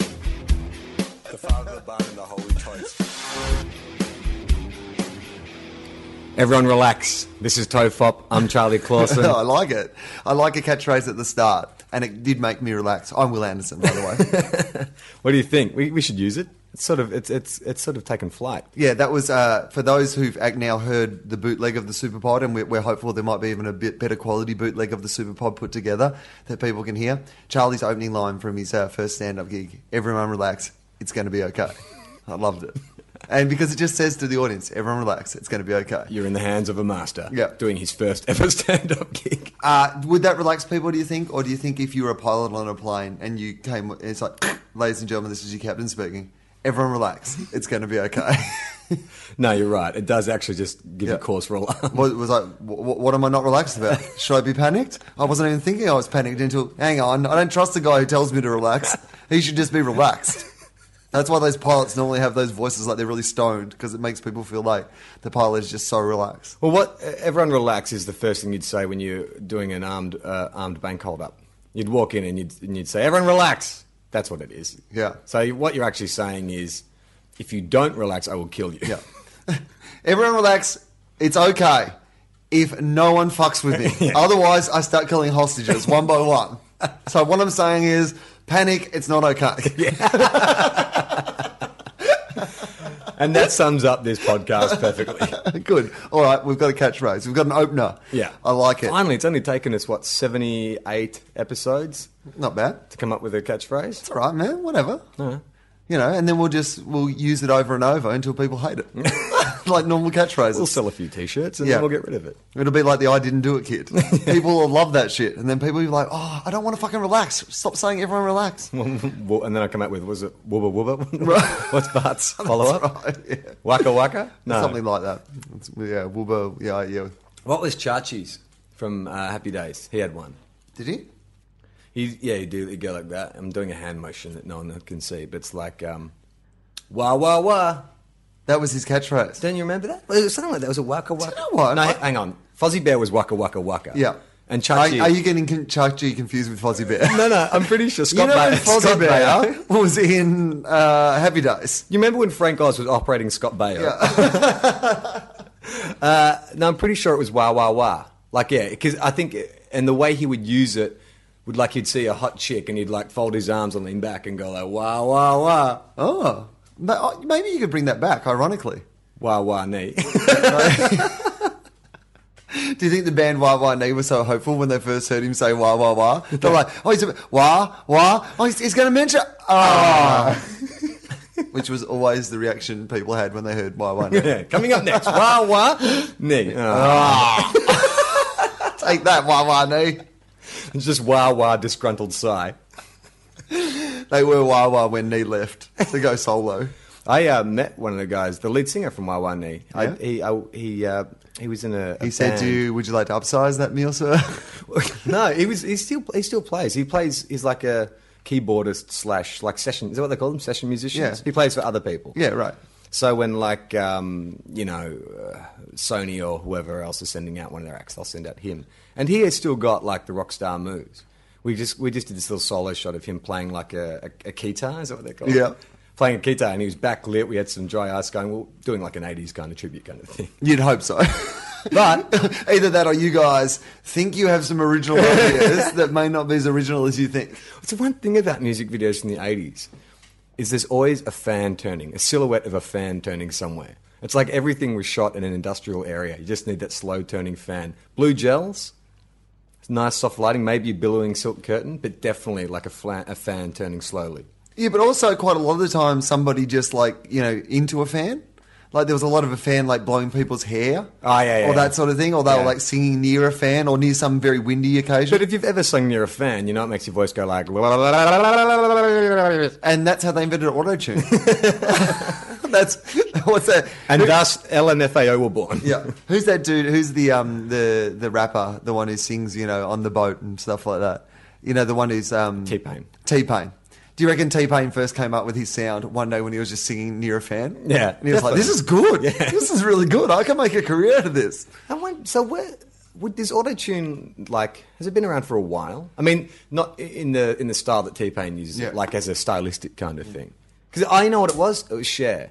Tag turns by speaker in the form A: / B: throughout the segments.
A: The Father, the Son, and the Holy Toast.
B: Everyone relax. This is Tofop. I'm Charlie Clausen.
A: I like it. I like a catchphrase at the start, and it did make me relax. I'm Will Anderson, by the way.
B: what do you think? We, we should use it. It's sort of it's it's it's sort of taken flight.
A: yeah, that was uh, for those who've ac- now heard the bootleg of the Superpod, and we're, we're hopeful there might be even a bit better quality bootleg of the Superpod put together that people can hear. Charlie's opening line from his uh, first stand-up gig: "Everyone relax. It's going to be okay." I loved it, and because it just says to the audience, "Everyone relax. It's going to be okay."
B: You're in the hands of a master.
A: Yeah.
B: Doing his first ever stand-up gig.
A: Uh, would that relax people, do you think? Or do you think if you were a pilot on a plane and you came, it's like, ladies and gentlemen, this is your captain speaking. Everyone relax. It's going to be okay.
B: No, you're right. It does actually just give
A: Yeah.
B: you cause for alarm.
A: was, was like, what, what am I not relaxed about? Should I be panicked? I wasn't even thinking I was panicked until, hang on, I don't trust the guy who tells me to relax. He should just be relaxed. That's why those pilots normally have those voices like they're really stoned because it makes people feel like the pilot is just so relaxed.
B: Well, what everyone relax is the first thing you'd say when you're doing an armed uh, armed bank holdup. You'd walk in and you'd and you'd say, "Everyone relax." That's what it is.
A: Yeah.
B: So you- what you're actually saying is, if you don't relax, I will kill you.
A: Yeah. Everyone relax. It's okay if no one fucks with me. Otherwise, I start killing hostages one by one. So what I'm saying is, panic. It's not okay.
B: And that sums up this podcast perfectly.
A: Good. All right, we've got a catchphrase. We've got an opener.
B: Yeah.
A: I like it.
B: Finally, it's only taken us, what, 78 episodes
A: Not bad.
B: to come up with a catchphrase?
A: It's all right, man. Whatever. You know, and then we'll just we'll use it over and over until people hate it, like normal catchphrases.
B: We'll sell a few t shirts and
A: Yeah.
B: then we'll get rid of it.
A: It'll be like the I didn't do it kid. people will love that shit, and then people will be like, "Oh, I don't want to fucking relax. Stop saying everyone relax."
B: Well, and then I come up with, was it Wubba Wubba? What's Bart's follow up? Waka Waka? No.
A: Something like that. It's, yeah, Wilbur. Yeah, yeah.
B: What was Chachi's from uh, Happy Days? He had one.
A: Did he?
B: He, yeah, he'd, do, he'd go like that. I'm doing a hand motion that no one can see, but it's like, um, wah, wah, wah.
A: That was his catchphrase.
B: Don't you remember that? Well, it was something like that. It was a waka waka.
A: you know what?
B: No,
A: I-
B: hang on. Fozzie Bear was waka waka waka.
A: Yeah.
B: And Chachi.
A: Are, are you getting con- Chachi confused with Fozzie Bear?
B: No, no, I'm pretty sure Scott
A: you know
B: Baio-
A: when Fozzie
B: Scott
A: Bear
B: Baio-
A: was in uh, Happy Days.
B: You remember when Frank Oz was operating Scott Baio? uh, no, I'm pretty sure it was wah wah wah. Like, yeah, because I think, and the way he would use it would like he'd see a hot chick and he'd like fold his arms and lean back and go like wah wah wah
A: Oh, Ma- oh, maybe you could bring that back. Ironically,
B: wah wah knee.
A: do you think the band Wah Wah Nee was so hopeful when they first heard him say Wah Wah Wah? They're like, oh, he's a, Wah Wah. Oh, he's, he's going to mention. Ah. Which was always the reaction people had when they heard Wah Wah Nee.
B: yeah, coming up next, wah wah knee.
A: Uh.
B: Oh,
A: Take that, Wah Wah Nee.
B: it's just wah wah disgruntled sigh.
A: They were Wawa when Nee left to go solo.
B: I uh, met one of the guys, the lead singer from Wawani. E. I,
A: Yeah?
B: he I, he uh, he was in a. a
A: He said to
B: band.
A: you, "Would you like to upsize that meal, sir?"
B: no, he was. He still he still plays. He plays. He's like a keyboardist slash like session. Is that what they call them? Session musicians.
A: Yeah.
B: He plays for other people.
A: yeah, right.
B: So when like um, you know uh, Sony or whoever else is sending out one of their acts, they'll send out him, and he has still got like the rock star moves. We just we just did this little solo shot of him playing like a, a, a guitar. Is that what they call it?
A: Yeah.
B: Playing a guitar, and he was backlit. We had some dry ice going. Well, doing like an '80s kind of tribute kind of thing.
A: You'd hope so.
B: But
A: Either that, or you guys think you have some original ideas that may not be as original as you think.
B: It's the one thing about music videos from the 80s is there's always a fan turning, a silhouette of a fan turning somewhere. It's like everything was shot in an industrial area. You just need that slow turning fan. Blue gels, it's nice soft lighting, maybe a billowing silk curtain, but definitely like a, fla- a fan turning slowly.
A: Yeah, but also quite a lot of the time, somebody just like you know into a fan. Like there was a lot of a fan like blowing people's hair,
B: Oh, yeah, yeah,
A: or
B: yeah.
A: that sort of thing, or they
B: Yeah.
A: were like singing near a fan or near some very windy occasion.
B: But if you've ever sung near a fan, you know it makes your voice go like. And
A: and that's how they invented auto tune. that's what's that?
B: thus LMFAO were born.
A: yeah, who's that dude? Who's the um the the rapper, the one who sings, you know, on the boat and stuff like that? You know, the one who's um
B: T-Pain.
A: T Pain. Do you reckon T Pain first came up with his sound one day when he was just singing near a fan?
B: Yeah,
A: and he was like,
B: definitely.
A: "This is good.
B: Yeah.
A: This is really good. I can make a career out of this."
B: I want, so where would this autotune like has it been around for a while? I mean, not in the in the style that T Pain uses,
A: Yeah.
B: it, like as a stylistic kind of thing. Because I know what it was. It was Cher.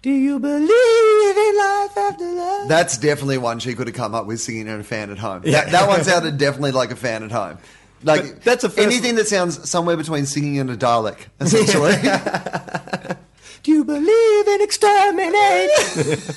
B: Do you believe in life after love?
A: That's definitely one she could have come up with singing in a fan at home.
B: Yeah.
A: That, that one sounded definitely like a fan at home. Like
B: But that's a first-
A: anything that sounds somewhere between singing and a Dalek, essentially.
B: Do you believe in exterminate?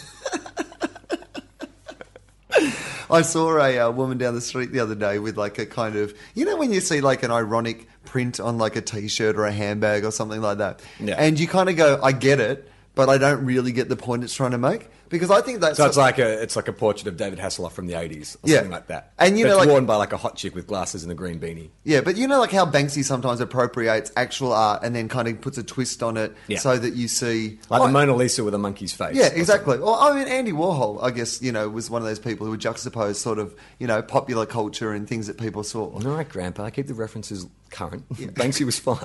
A: I saw a uh, woman down the street the other day with like a kind of you know when you see like an ironic print on like a t-shirt or a handbag or something like that,
B: Yeah.
A: and you kind of go, I get it, but I don't really get the point it's trying to make because I think that's
B: so it's like a it's like a portrait of David Hasselhoff from the eighties, or
A: Yeah.
B: something like that.
A: And you
B: But
A: know,
B: it's
A: like-
B: worn by like a hot chick with glasses and a green beanie.
A: Yeah, but you know, like how Banksy sometimes appropriates actual art and then kind of puts a twist on it
B: Yeah.
A: so that you see.
B: Like
A: Oh,
B: the Mona Lisa with a monkey's face.
A: Yeah, exactly. Well, I mean, Andy Warhol, I guess, you know, was one of those people who would juxtapose sort of, you know, popular culture and things that people saw.
B: All right, Grandpa, I keep the references current. Banksy was fine.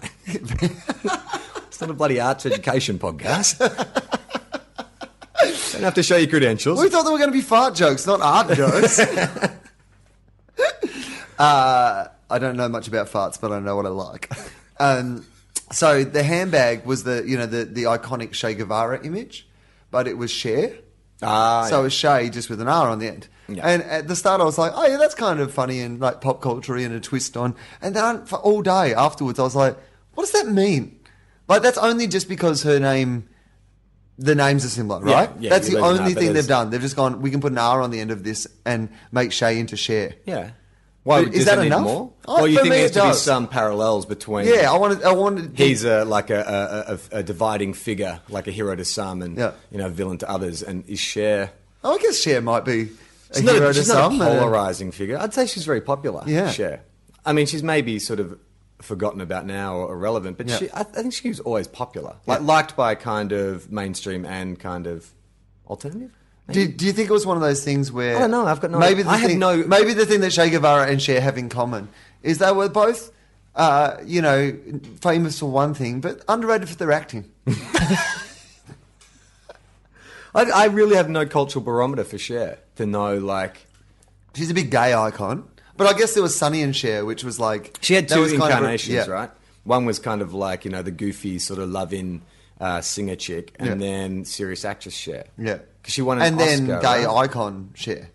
B: it's not a bloody arts education podcast. Don't have to show your credentials.
A: We thought they were going to be fart jokes, not art jokes. uh, I don't know much about farts, but I know what I like. Um, so the handbag was the, you know, the, the iconic Che Guevara image, but it was Cher.
B: Ah,
A: so
B: yeah.
A: it's Shay just with an R on the end.
B: Yeah.
A: And at the start, I was like, "Oh yeah, that's kind of funny and like pop culture and a twist on." And then for all day afterwards, I was like, "What does that mean?" Like that's only just because her name, the names are similar,
B: Yeah,
A: right?
B: yeah,
A: that's
B: you
A: the
B: leave an
A: only
B: R, but
A: thing they've
B: there's-
A: done. They've just gone, "We can put an R on the end of this and make Shay into Share."
B: yeah. Why
A: But
B: would
A: is
B: is
A: that
B: that need
A: enough?
B: more?
A: Oh,
B: or you
A: for
B: think
A: me,
B: there's
A: it
B: to be
A: does.
B: some parallels between?
A: Yeah, I wanted, I wanted.
B: he's a like a, a, a, a dividing figure, like a hero to some, and
A: Yeah.
B: you know, villain to others. And is Cher
A: Oh, I guess Share might be a
B: She's not,
A: hero
B: she's
A: to
B: not
A: some.
B: a
A: uh,
B: polarizing figure. I'd say she's very popular.
A: Yeah.
B: Cher. I mean, she's maybe sort of forgotten about now or irrelevant, but
A: Yeah.
B: she, I, I think she was always popular, like liked by kind of mainstream and kind of alternative.
A: Do, do you think it was one of those things where
B: I don't know, I've got no-
A: maybe the
B: I have
A: thing,
B: no-
A: maybe the thing that Che Guevara and Cher have in common is they were both uh, you know famous for one thing but underrated for their acting.
B: I, I really have no cultural barometer for Cher to know. Like
A: She's a big gay icon, but I guess there was Sonny and Cher, which was like
B: she had
A: that
B: two
A: was kind of-
B: incarnations,
A: yeah.
B: right? One was kind of like you know the goofy sort of loving uh, singer chick, and
A: Yeah.
B: then serious actress Cher.
A: Yeah,
B: 'Cause she won an
A: and then
B: Oscar,
A: gay
B: right?
A: icon Cher.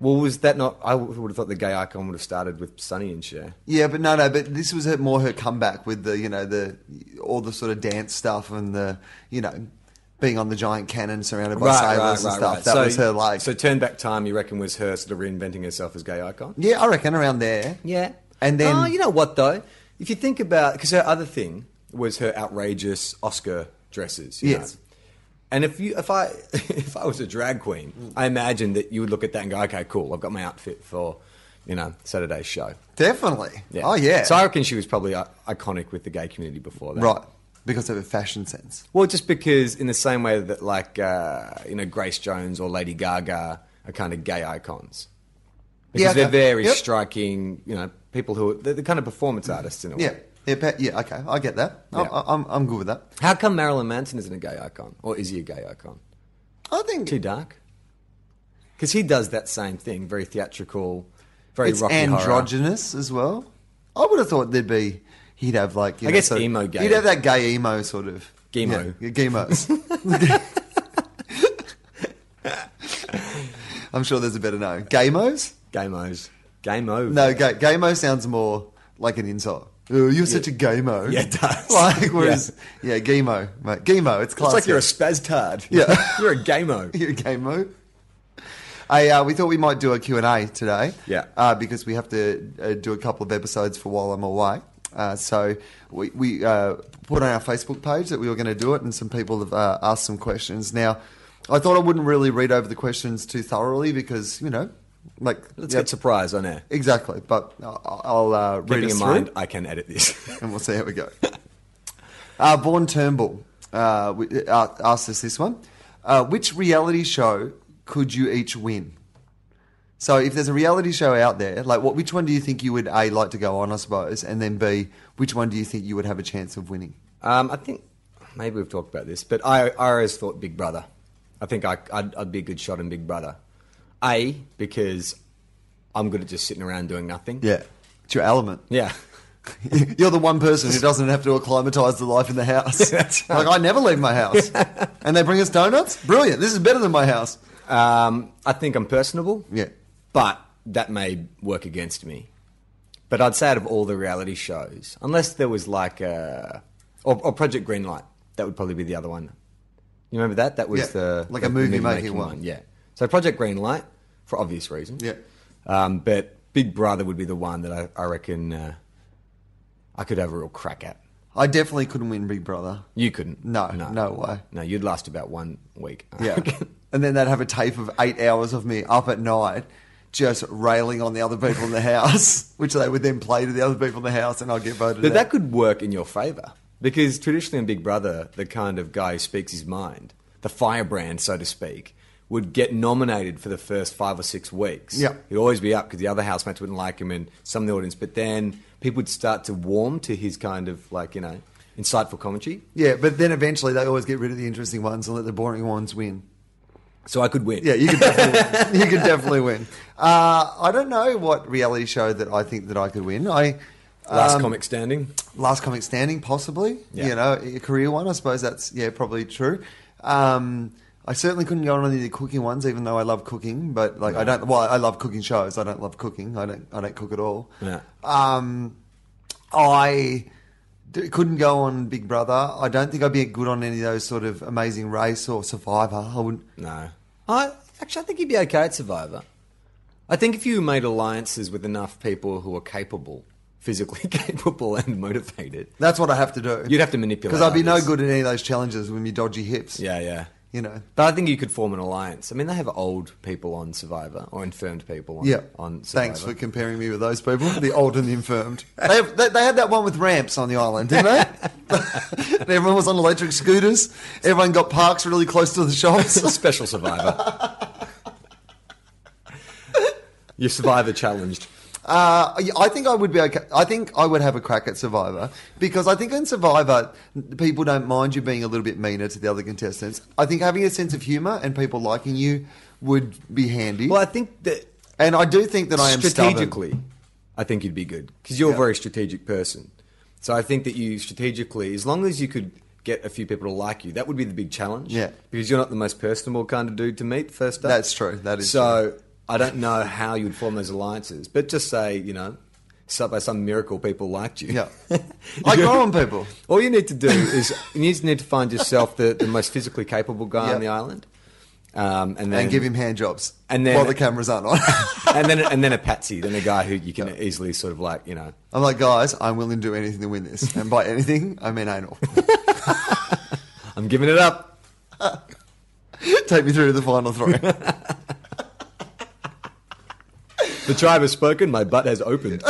B: Well, was that not? I would have thought the gay icon would have started with Sonny and Cher.
A: Yeah, but no, no. But this was her, more her comeback with the, you know, the all the sort of dance stuff and the, you know, being on the giant cannon surrounded by sailors and stuff. That
B: so,
A: was her like.
B: So turn back time, you reckon, was her sort of reinventing herself as gay icon?
A: yeah, I reckon around there.
B: Yeah.
A: And then-
B: oh, you know what though? If you think about, because her other thing was her outrageous Oscar dresses. you
A: Yes.
B: know? And if you, if I, if I was a drag queen, I imagine that you would look at that and go, okay, cool, I've got my outfit for, you know, Saturday's show.
A: Definitely. Oh yeah.
B: So I reckon she was probably uh, iconic with the gay community before that.
A: right. Because of her fashion sense.
B: Well, just because in the same way that like uh, you know Grace Jones or Lady Gaga are kind of gay icons because
A: Yeah,
B: they're
A: okay.
B: very
A: Yep. Mm-hmm.
B: striking. You know, people who are, they're the kind of performance artists in a way.
A: Yeah. Yeah. pa- Yeah. Okay. I get that. I
B: Yeah.
A: I, I'm I'm good with that.
B: How come Marilyn Manson isn't a gay icon, or is he a gay icon?
A: I think
B: Too dark. Because he does that same thing, very theatrical, very
A: it's
B: rocky
A: androgynous as well. I would have thought there'd be. He'd have like you
B: I
A: know,
B: guess
A: sort of-
B: emo gay.
A: He'd have that gay emo sort of
B: Gemo.
A: yeah, gemos. I'm sure there's a better name. Gamos?
B: horror. Gamos. Game over.
A: No, ga- gamo sounds more like an insult. Ooh, you're such a gamo.
B: Yeah, it does.
A: Like whereas, yeah, gemo, mate, gemo. It's
B: It's
A: classic.
B: like you're a spaztard.
A: Yeah.
B: you're a gamo.
A: You're a gamo. I, uh, we thought we might do a Q&A today.
B: Yeah.
A: Uh, because we have to uh, do a couple of episodes for while I'm away. Uh, so we, we uh, put on our Facebook page that we were going to do it, and some people have uh, asked some questions. Now, I thought I wouldn't really read over the questions too thoroughly because you know, like
B: Let's
A: yeah,
B: get surprise on air.
A: exactly. But I'll, I'll uh, read
B: Keeping
A: us
B: in
A: through,
B: mind, I can edit this.
A: and we'll see how we go. uh, Born Turnbull uh, we- uh, asked us this one: uh, Which reality show could you each win? So, if there's a reality show out there, like what, which one do you think you would a like to go on, I suppose, and then b, which one do you think you would have a chance of winning?
B: um, I think maybe we've talked about this, but I, I always thought Big Brother. I think I, I'd, I'd be a good shot in Big Brother. A because I'm good at just sitting around doing nothing.
A: Yeah, it's your element.
B: Yeah.
A: You're the one person who doesn't have to acclimatise the life in the house. Like I never leave my house, and they bring us donuts. Brilliant! This is better than my house.
B: Um, I think I'm personable.
A: Yeah.
B: But that may work against me. But I'd say out of all the reality shows, unless there was like a or, or Project Greenlight, that would probably be the other one. You remember that? That was
A: Yeah,
B: the
A: like
B: the
A: a movie-making one.
B: Yeah. So Project Greenlight for obvious reasons.
A: Yeah.
B: Um, but Big Brother would be the one that I, I reckon uh, I could have a real crack at.
A: I definitely couldn't win Big Brother.
B: You couldn't.
A: No, no way.
B: No, you'd last about one week. I
A: Yeah,
B: reckon.
A: and then they'd have a tape of eight hours of me up at night, just railing on the other people in the house, which they would then play to the other people in the house, and I'd get voted.
B: But
A: out.
B: that could work in your favour because traditionally in Big Brother, the kind of guy who speaks his mind, the firebrand, so to speak, would get nominated for the first five or six weeks.
A: Yeah.
B: he'd always be up because the other housemates wouldn't like him and some of the audience. But then people would start to warm to his kind of like you know insightful commentary.
A: yeah, but then eventually they always get rid of the interesting ones and let the boring ones win.
B: So I could win.
A: Yeah, you could definitely win. You could definitely win. Uh, I don't know what reality show that I think that I could win. I
B: last
A: um,
B: comic standing.
A: last comic standing, possibly.
B: Yeah.
A: You know, a career one. I suppose that's yeah, probably true. Um, I certainly couldn't go on any of the cooking ones, even though I love cooking. But like, I don't. Well, I love cooking shows. I don't love cooking. I don't. I don't cook at all.
B: Yeah.
A: Um, I d- couldn't go on Big Brother. I don't think I'd be good on any of those sort of Amazing Race or Survivor. I wouldn't.
B: No. I actually I think he'd be okay at Survivor. I think if you made alliances with enough people who are capable, physically capable and motivated,
A: That's what I have to do.
B: You'd have to manipulate
A: because I'd be no
B: others.
A: good at any of those challenges with me dodgy hips.
B: Yeah, yeah.
A: you know.
B: But I think you could form an alliance. I mean, they have old people on Survivor or infirmed people on,
A: Yeah.
B: on Survivor.
A: Thanks for comparing me with those people, the old and the infirmed. They, have, they, they had that one with ramps on the island, didn't they? And everyone was on electric scooters. Everyone got parks really close to the shops.
B: Special Survivor. You're Survivor challenged.
A: Uh, I- I think I would be okay. I think I would have a crack at Survivor because I think in Survivor, people don't mind you being a little bit meaner to the other contestants. I think having a sense of humour and people liking you would be handy.
B: Well, I think that
A: and I do think that I am stubborn.
B: strategically, I think you'd be good because you're a very strategic person. So I think that you strategically, as long as you could get a few people to like you, that would be the big challenge.
A: Yeah.
B: because you're not the most personable kind of dude to meet first up.
A: That's true. That is
B: so. I don't know how you'd form those alliances, but just say you know, so- by some miracle, people liked you.
A: Yeah. I grow on people.
B: All you need to do is you just need to find yourself the, the most physically capable guy
A: Yeah.
B: on the island, um, and then
A: and give him hand jobs
B: And then-
A: while the cameras aren't on.
B: and then and then a patsy, then a guy who you can easily sort of like you know
A: I'm like, guys, I'm willing to do anything to win this. And by anything, I mean anal.
B: I'm giving it up.
A: Take me through to the final three.
B: The tribe has spoken. My butt has opened.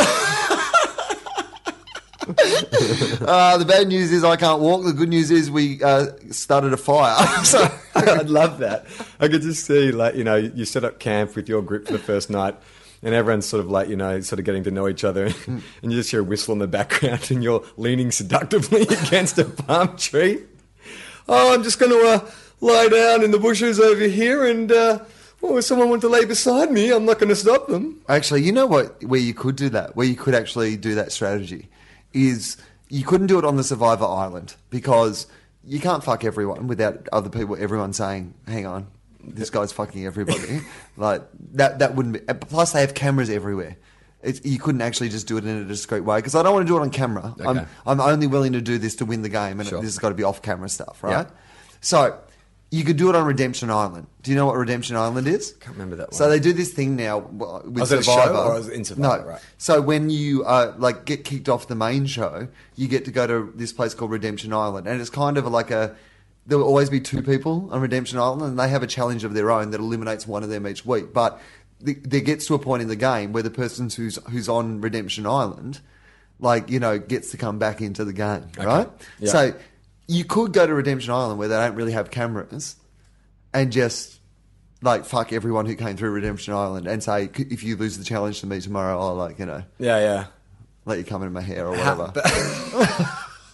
A: Uh, the bad news is I can't walk. The good news is we uh, started a fire. so
B: I'd love that. I could just see like you know you set up camp with your group for the first night. And everyone's sort of like, you know, sort of getting to know each other. And you just hear a whistle in the background and you're leaning seductively against a palm tree. Oh, I'm just going to uh, lie down in the bushes over here. And, uh, well, if someone wants to lay beside me, I'm not going to stop them.
A: actually, you know what? Where you could do that, where you could actually do that strategy, is you couldn't do it on the Survivor Island because you can't fuck everyone without other people. Everyone saying, "Hang on, this guy's fucking everybody." like that. That wouldn't. Be, and plus, they have cameras everywhere. It's, you couldn't actually just do it in a discreet way because I don't want to do it on camera. I'm,
B: Okay.
A: I'm only willing to do this to win the game, and
B: Sure.
A: this has got to be off camera stuff, right?
B: Yeah.
A: So you could do it on Redemption Island. Do you know what Redemption Island is?
B: Can't remember that
A: So
B: one.
A: they do this thing now well, with
B: Was it a show
A: Survivor.
B: or was it in Survivor,
A: No.
B: right.
A: So when you uh, like get kicked off the main show, you get to go to this place called Redemption Island, and it's kind of like a there will always be two people on Redemption Island, and they have a challenge of their own that eliminates one of them each week. But th- there gets to a point in the game where the person who's who's on Redemption Island, like you know, gets to come back into the game, right?
B: Yeah.
A: So you could go to Redemption Island where they don't really have cameras, and just like fuck everyone who came through Redemption Island and say, "C- if you lose the challenge to me tomorrow, I'll like you know
B: Yeah, yeah.
A: let you come in my hair or
B: Ha-
A: whatever.
B: but-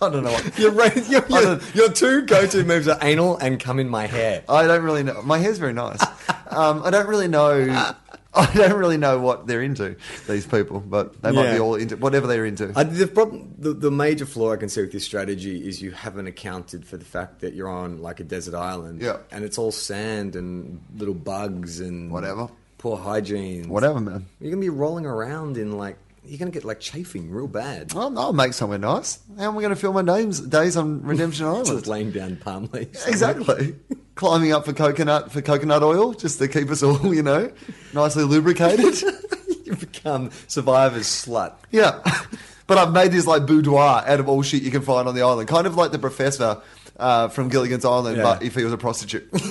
A: I don't know. What,
B: your, ra- your,
A: I
B: your,
A: don't-
B: your two go-to moves are anal and come in my hair.
A: I don't really know. My hair's very nice. Um, I don't really know. I don't really know what they're into. These people, but they might
B: Yeah.
A: be all into whatever they're into.
B: I, the problem, the, the major flaw I can see with this strategy is you haven't accounted for the fact that you're on like a desert island,
A: Yeah.
B: and it's all sand and little bugs and
A: Whatever.
B: poor hygiene,
A: whatever, man.
B: You're gonna be rolling around in like you're gonna get like chafing real bad.
A: I'll, I'll make somewhere nice. How am I going to fill my names, days on Redemption
B: Just
A: Island?
B: laying down palm leaves.
A: Exactly. Climbing up for coconut for coconut oil just to keep us all, you know, nicely lubricated.
B: you become survivor's slut.
A: Yeah. But I've made this like boudoir out of all shit you can find on the island. Kind of like the professor uh, from Gilligan's Island,
B: Yeah.
A: but if he was a prostitute.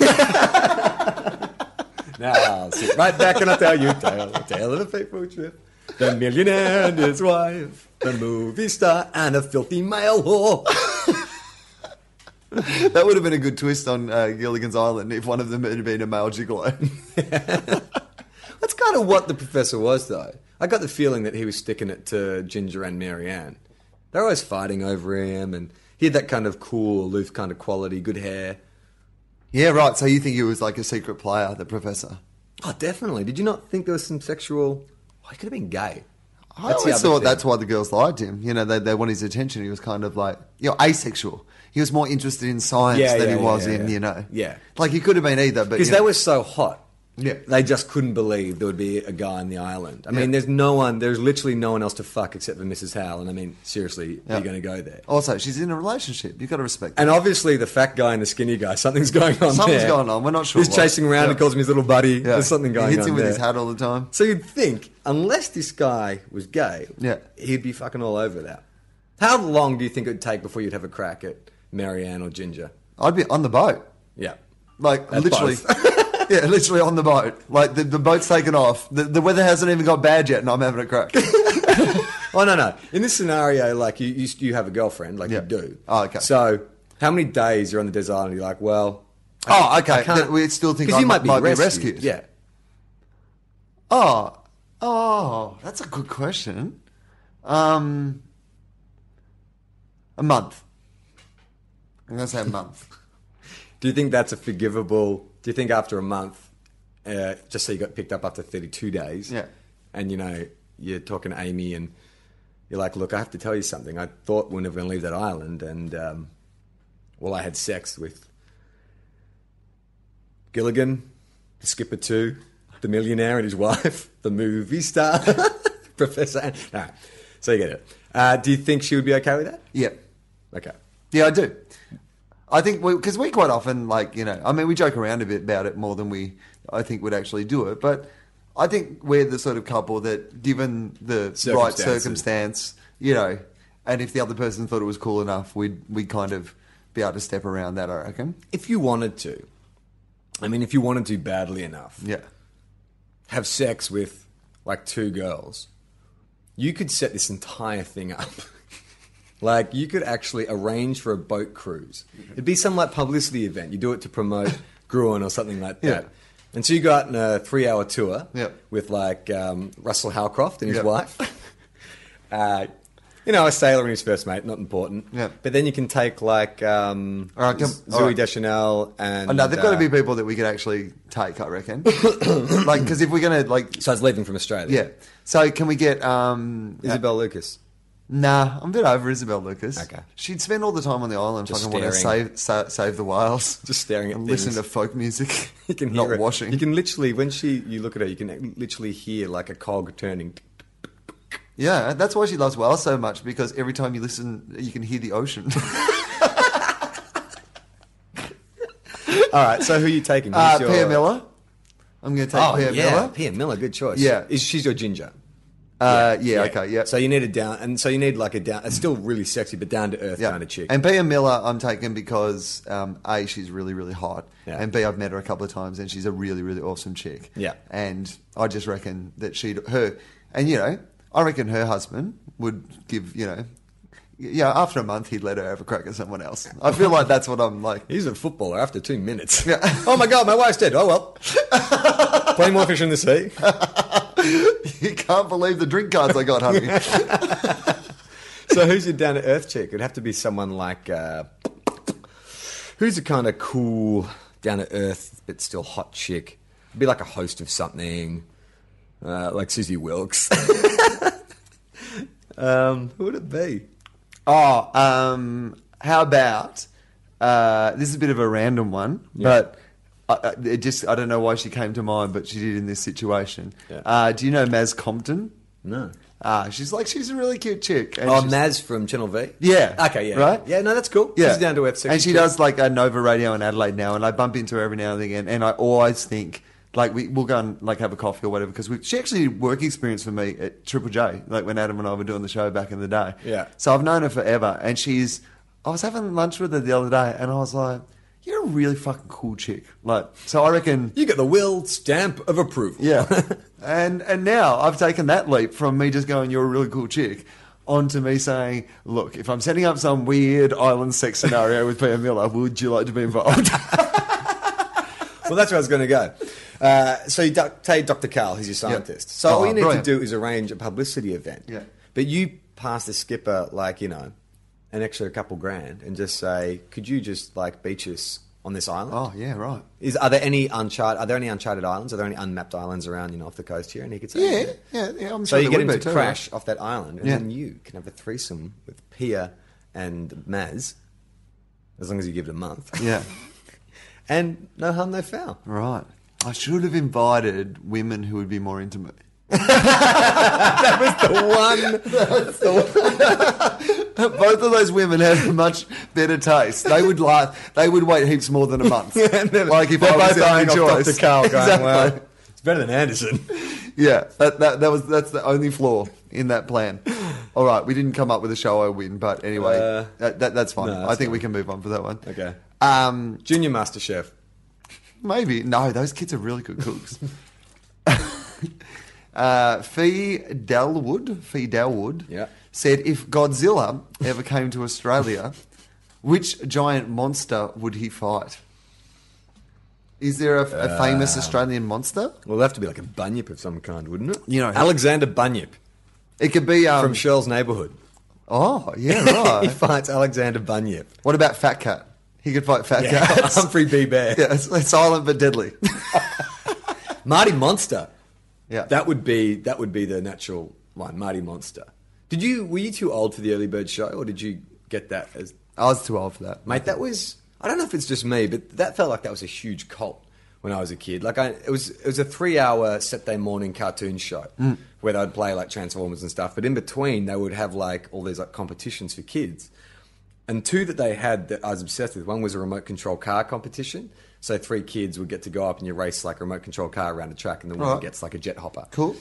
B: Now I'll sit right back and I'll tell you tale, tale of a fateful trip. The millionaire and his wife, the movie star and a filthy male whore.
A: that would have been a good twist on uh, Gilligan's Island if one of them had been a male gigolo.
B: That's kind of what the professor was, though. I got the feeling that he was sticking it to Ginger and Marianne. They're always fighting over him, and he had that kind of cool, aloof kind of quality, good hair.
A: yeah, right. So you think he was like a secret player, the professor?
B: Oh, definitely. Did you not think there was some sexual? Oh, he could have been gay.
A: I
B: That's the
A: always
B: other
A: thought
B: thing.
A: that's why the girls liked him. You know, they, they wanted his attention. He was kind of like, you know, asexual. He was more interested in science
B: Yeah,
A: than
B: yeah,
A: he was
B: yeah,
A: in,
B: yeah.
A: you know.
B: Yeah.
A: Like he could have been either, but.
B: because
A: you know,
B: they were so hot.
A: Yeah.
B: they just couldn't believe there would be a guy on the island. I mean,
A: Yeah.
B: there's no one. There's literally no one else to fuck except for Mrs. Howell. And I mean, seriously,
A: Yeah.
B: you're going to go there.
A: Also, she's in a relationship. You've got to respect that.
B: And obviously, the fat guy and the skinny guy, something's going on.
A: Something's
B: there.
A: going on. We're not sure
B: He's
A: what.
B: chasing around and
A: Yeah.
B: calls him his little buddy.
A: Yeah.
B: There's something going
A: He hits
B: on.
A: him with
B: there.
A: his hat all the time.
B: So you'd think, unless this guy was gay,
A: Yeah.
B: he'd be fucking all over that. How long do you think it'd take before you'd have a crack at Marianne or Ginger?
A: I'd be on the boat.
B: Yeah.
A: Like
B: At
A: literally, yeah, literally on the boat. Like the, the boat's taken off. The, the weather hasn't even got bad yet, and I'm having a crack.
B: Oh no, no. In this scenario, like you, you, you have a girlfriend, like
A: Yeah.
B: you do.
A: Oh, okay.
B: So how many days you're on the desert island? You're like, well,
A: oh, okay. That we still think
B: 'Cause
A: I
B: you might, be,
A: might
B: rescued.
A: rescued.
B: Yeah.
A: Oh, oh, that's a good question. Um, a month. I'm gonna say a month.
B: Do you think that's a forgivable? Do you think after a month, uh, just say you got picked up after 32 days?
A: Yeah.
B: And you know you're talking to Amy and you're like, look, I have to tell you something. I thought we were never going to leave that island, and um, well, I had sex with Gilligan, the skipper too, the millionaire and his wife, the movie star, Professor. Anne. No. So you get it. Uh, do you think she would be okay with that?
A: Yep.
B: Okay.
A: Yeah, I do. I think because we, quite often like you know, I mean, we joke around a bit about it more than we, I think, would actually do it. But I think we're the sort of couple that, given the right
B: Circumstances.
A: circumstance, you know, and if the other person thought it was cool enough, we'd we kind of be able to step around that. I reckon.
B: If you wanted to, I mean, if you wanted to badly enough,
A: Yeah.
B: have sex with like two girls, you could set this entire thing up. like you could actually arrange for a boat cruise. It'd be some like publicity event. You do it to promote Gruen or something like that.
A: Yeah.
B: And so you go out on a three-hour tour
A: Yeah.
B: with like um, Russell Howcroft and his
A: Yeah.
B: wife. uh, you know, a sailor and his first mate, not important.
A: Yeah.
B: But then you can take like um,
A: All right, come-
B: Z-
A: all
B: Zooey
A: right.
B: Deschanel and
A: Oh, no, they've got to
B: uh,
A: be people that we could actually take. I reckon. like, because if we're gonna like,
B: So I was leaving from Australia.
A: yeah. So can we get um
B: Isabel Lucas.
A: Nah, I'm a bit over Isabel Lucas.
B: Okay.
A: She'd spend all the time on the island
B: Just
A: fucking wanting to
B: staring.
A: save, sa- save the whales.
B: Just staring at
A: and
B: things.
A: listening to folk music.
B: You can
A: Not
B: hear it.
A: washing.
B: You can literally, when she, you look at her, you can literally hear like a cog turning.
A: Yeah, that's why she loves whales so much because every time you listen, you can hear the ocean.
B: All right, so who are you taking? Who's
A: uh,
B: your-
A: Pia Miller. I'm going to take
B: Oh,
A: Pia
B: yeah,
A: Miller.
B: Pia Miller, good choice.
A: Yeah.
B: Is she's your ginger?
A: Uh, yeah, okay, yeah.
B: So you need a down, and so you need like a down. It's still really sexy, but down to earth
A: yeah.
B: kind of chick.
A: And Bea Miller, I'm taking because um, A, she's really, really hot.
B: Yeah.
A: And B, I've met her a couple of times and she's a really, really awesome chick.
B: Yeah.
A: And I just reckon that she'd, her, and you know, I reckon her husband would give, you know, yeah, after a month, he'd let her have a crack at someone else. I feel like that's what I'm like.
B: He's a footballer after two minutes.
A: Yeah.
B: oh my god, my wife's dead. Oh well. Plenty more fish in the sea.
A: You can't believe the drink cards I got, honey.
B: So who's your down to earth chick? It'd have to be someone like uh, who's a kind of cool, down to earth but still hot chick. It'd be like a host of something, uh, like Susie Wilkes. um, who would it be?
A: Oh, um, how about uh, this is a bit of a random one, but I, I, it just I don't know why she came to mind, but she did in this situation.
B: Yeah.
A: Uh, do you know Maz Compton?
B: No.
A: Uh, she's like she's a really cute chick. and
B: Oh,
A: she's-
B: Maz from Channel V.
A: Yeah.
B: Okay. Yeah.
A: Right?
B: Yeah. No, that's cool.
A: Yeah,
B: She's down to earth.
A: and she does like a Nova Radio in Adelaide now, and I bump into her every now and again, and I always think. Like we, we'll go and like have a coffee or whatever because she actually did work experience for me at Triple J, like when Adam and I were doing the show back in the day.
B: Yeah.
A: So I've known her forever, and she's. I was having lunch with her the other day, and I was like, "You're a really fucking cool chick." Like, so I reckon,
B: You get the will stamp of approval.
A: yeah. and and now I've taken that leap from me just going, "You're a really cool chick." Onto me saying, "Look, if I'm setting up some weird island sex scenario with Peter Miller, would you like to be involved?"
B: well, that's where I was going to go. Uh, so you duck- take Dr. Carl, he's your scientist. So
A: Oh,
B: all you need
A: brilliant.
B: to do is arrange a publicity event.
A: Yeah.
B: But you pass the skipper like you know an extra couple grand and just say, could you just like beach us on this island?
A: oh yeah, right.
B: Is are there any uncharted? Are there any uncharted islands? Are there any unmapped islands around you know off the coast here? And he could say,
A: Yeah, yeah, yeah. I'm
B: So you
A: sure there
B: get him
A: would
B: to
A: be too,
B: crash off that island, and
A: Yeah.
B: then you can have a threesome with Pia and Maz, as long as you give it a month.
A: right? Yeah,
B: and no harm, no foul.
A: right. I should have invited women who would be more intimate.
B: The one
A: Both of those women have much better taste. They would laugh. They would wait heaps more than a month. like if
B: They're
A: I was
B: both eyeing
A: both
B: off
A: choice.
B: Dr. Carl going,
A: Exactly.
B: "Well, it's better than Anderson.
A: Yeah, that, that that was that's the only flaw in that plan. All right, we didn't come up with a show I win, but anyway,
B: Uh,
A: that, that, that's fine.
B: no, that's
A: I think
B: fine.
A: we can move on for that one.
B: Okay.
A: Um,
B: Junior Master Chef.
A: Maybe. No, those kids are really good cooks. uh, Fee Dalwood, Fee Dalwood
B: Yeah.
A: said if Godzilla ever came to Australia, which giant monster would he fight? Is there a, a famous
B: Uh,
A: Australian monster?
B: Well, it'd have to be like a bunyip of some kind, wouldn't it?
A: You know-
B: Alexander Bunyip
A: It could be. Um,
B: from Shell's neighborhood.
A: oh, yeah,
B: he
A: right.
B: fights Alexander Bunyip.
A: what about Fat Cat? He could fight Fat
B: Yeah.
A: Cat.
B: Humphrey B. Bear.
A: yeah, it's, it's silent but deadly.
B: Marty Monster.
A: Yeah.
B: That would be that would be the natural one, Marty Monster. Did you were you too old for the early bird show or did you get that as
A: I was too old for that.
B: Mate, that was I don't know if it's just me, but that felt like that was a huge cult when I was a kid. Like I it was it was a three hour Saturday morning cartoon show
A: Mm.
B: where they'd play like Transformers and stuff, but in between they would have like all these like competitions for kids. And two that they had that I was obsessed with, one was a remote control car competition. So three kids would get to go up and you race like a remote control car around a track and the winner
A: Right.
B: gets like a jet hopper.
A: Cool.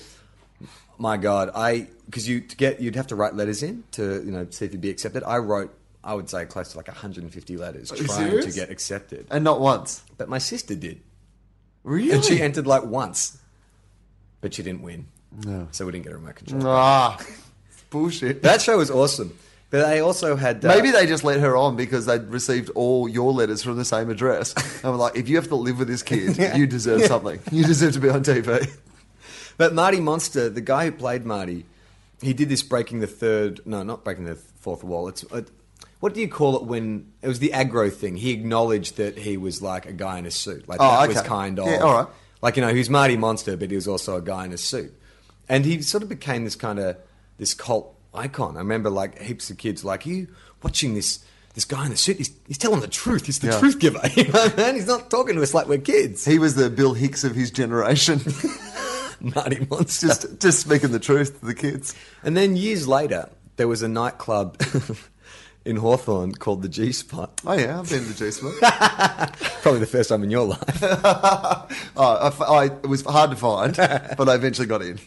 B: My God, I because you to get you'd have to write letters in to you know see if you'd be accepted. I wrote I would say close to like 150 letters
A: you
B: trying to
A: serious?
B: get accepted,
A: And not once.
B: but my sister did,
A: Really?
B: and she entered like once, but she didn't win, no. so we didn't get a remote control.
A: ah, bullshit.
B: That show was awesome, but they also had uh,
A: Maybe they just let her on because they'd received all your letters from the same address. And were like, if you have to live with this kid, you deserve something. You deserve to be on TV.
B: But Marty Monster, the guy who played Marty, he did this breaking the third. No, not breaking the fourth wall. It's uh, what do you call it when it was the aggro thing? He acknowledged that he was like a guy in a suit. Like
A: Oh,
B: that was
A: okay.
B: kind of
A: Yeah, all right.
B: like you know he was Marty Monster, but he was also a guy in a suit, and he sort of became this kind of this cult icon. I remember like heaps of kids like you watching this. This guy in the suit, he's, he's telling the truth. He's the
A: Yeah.
B: truth giver. You know, what I mean? He's not talking to us like we're kids.
A: He was the Bill Hicks of his generation.
B: Marty Monster.
A: just, just speaking the truth to the kids.
B: And then years later, there was a nightclub in Hawthorne called the G Spot.
A: Oh, yeah, I've been to the Juice World.
B: Probably the first time in your life.
A: oh, I f I it was hard to find, but I eventually got in.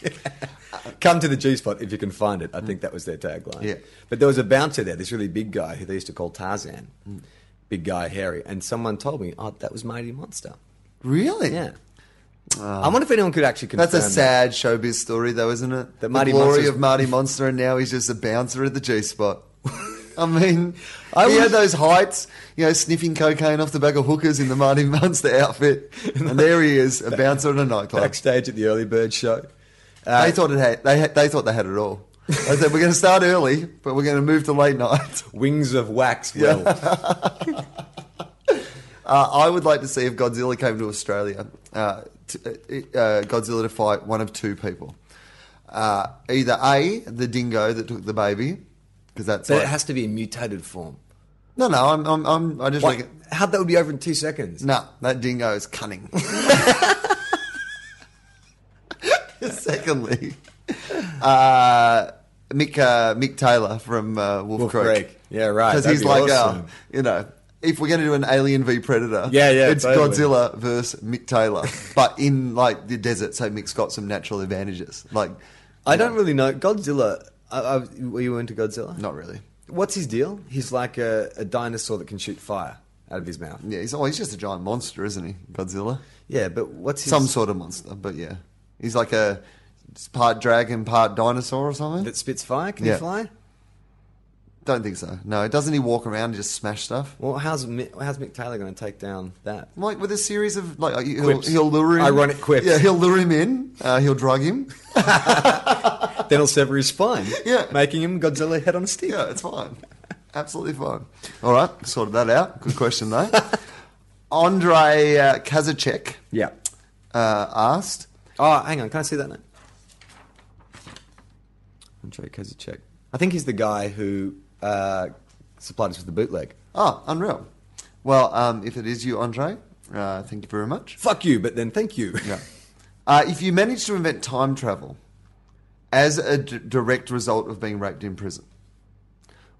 B: Come to the G spot if you can find it. I think that was their tagline.
A: Yeah.
B: But there was a bouncer there, this really big guy who they used to call Tarzan.
A: Mm.
B: Big guy, hairy. And someone told me, oh, that was Mighty Monster.
A: Really?
B: Yeah. I wonder if anyone could actually confirm
A: Ah. That's a
B: that.
A: sad showbiz story, though, isn't it?
B: Um, That Marty
A: the glory
B: Monster's-
A: of Marty Monster, and now he's just a bouncer at the G spot. I mean,
B: I
A: he
B: wish-
A: had those heights, you know, sniffing cocaine off the back of hookers in the Marty Monster outfit, and there he is, a bouncer at a nightclub.
B: Backstage at the Early Bird show. Uh,
A: they thought it had, they had, they thought they had it all. I said, we're going to start early, but we're going to move to late night.
B: Wings of wax. Well,
A: Uh, I would like to see if Godzilla came to Australia, uh, to, uh, Godzilla to fight one of two people. Uh, either A, the dingo that took the baby, because that's
B: so
A: like,
B: it has to be in mutated form.
A: no, no. I'm, I'm, I'm I just
B: Like,
A: like
B: how that would be over in two seconds?
A: no. That dingo is cunning. Secondly, uh, Mick uh, Mick Taylor from uh, Wolf,
B: Wolf
A: Creek.
B: Creek. Yeah, right.
A: Because
B: That'd
A: he's
B: be
A: like,
B: awesome.
A: uh, you know, if we're going to do an Alien v Predator,
B: Yeah, yeah,
A: it's
B: totally.
A: Godzilla versus Mick Taylor, but in like the desert, so Mick's got some natural advantages. Like, uh,
B: I don't really know. Godzilla. I, I, were you into Godzilla?
A: not really.
B: What's his deal? He's like a, a dinosaur that can shoot fire out of his mouth.
A: Yeah, he's oh, he's just a giant monster, isn't he? Godzilla.
B: Yeah, but what's his
A: some sort of monster, but yeah, he's like a he's part dragon, part dinosaur or something.
B: that spits fire? Can
A: Yeah.
B: he fly?
A: Don't think so. No, doesn't he walk around and just smash stuff?
B: Well, how's Mi- how's Mick Taylor going to take down that?
A: Like with a series of like uh, he'll,
B: Quips.
A: he'll lure him.
B: Ironic quips.
A: Yeah, he'll lure him in. Uh, he'll drug him.
B: then he'll sever his spine,
A: Yeah.
B: making him Godzilla head on a stick.
A: Yeah, it's fine. Absolutely fine. All right, sorted that out. Good question though. Andre uh, Kazacek
B: Yeah.
A: uh, asked,
B: Oh, hang on. Can I see that name? Andrei Kozacek. I think he's the guy who uh, supplied us with the bootleg.
A: "Oh, unreal. Well, um, if it is you, Andre, uh, thank you very much."
B: Fuck you, but then thank you.
A: Yeah. Uh, if you manage to invent time travel as a d- direct result of being raped in prison,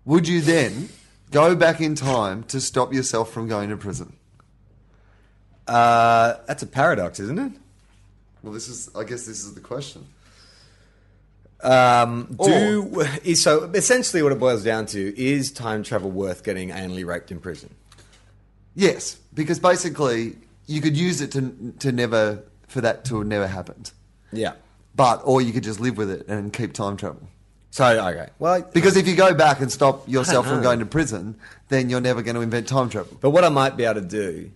A: would you then go back in time to stop yourself from going to prison?
B: Uh, that's a paradox, isn't it?
A: Well, this is, I guess, this is the question.
B: Um, do is so essentially what it boils down to is time travel worth getting anally raped in prison?
A: Yes, because basically you could use it to to never for that to have never happened,
B: Yeah.
A: but or you could just live with it and keep time travel.
B: So okay. Well,
A: Because if you go back and stop yourself from
B: know.
A: going to prison, then you're never going to invent time travel.
B: But what I might be able to do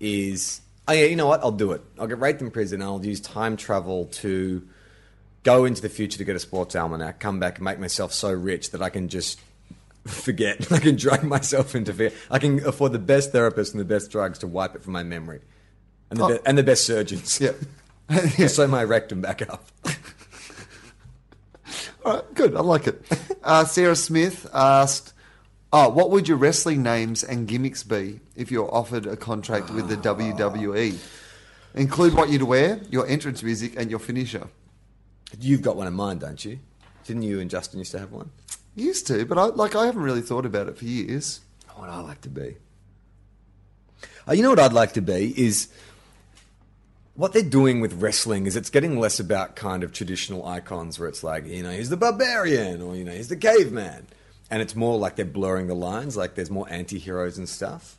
B: is, oh yeah, you know what? I'll do it. I'll get raped in prison. I'll use time travel to go into the future to get a sports almanac, come back and make myself so rich that I can just forget. I can drug myself into fear. I can afford the best therapist and the best drugs to wipe it from my memory, and the, be- and the best surgeons.
A: Yeah.
B: to sew my rectum back up.
A: All right, good. I like it. Uh, Sarah Smith asked, oh, "What would your wrestling names and gimmicks be if you're offered a contract with the WWE? Include what you'd wear, your entrance music, and your finisher."
B: You've got one in mind, don't you? Didn't you and Justin used to have one?
A: Used to, but I like I haven't really thought about it for years.
B: Oh, What I like to be. Uh, you know what I'd like to be is what they're doing with wrestling is it's getting less about kind of traditional icons where it's like you know he's the barbarian or you know he's the caveman, and it's more like they're blurring the lines. Like there's more anti-heroes and stuff.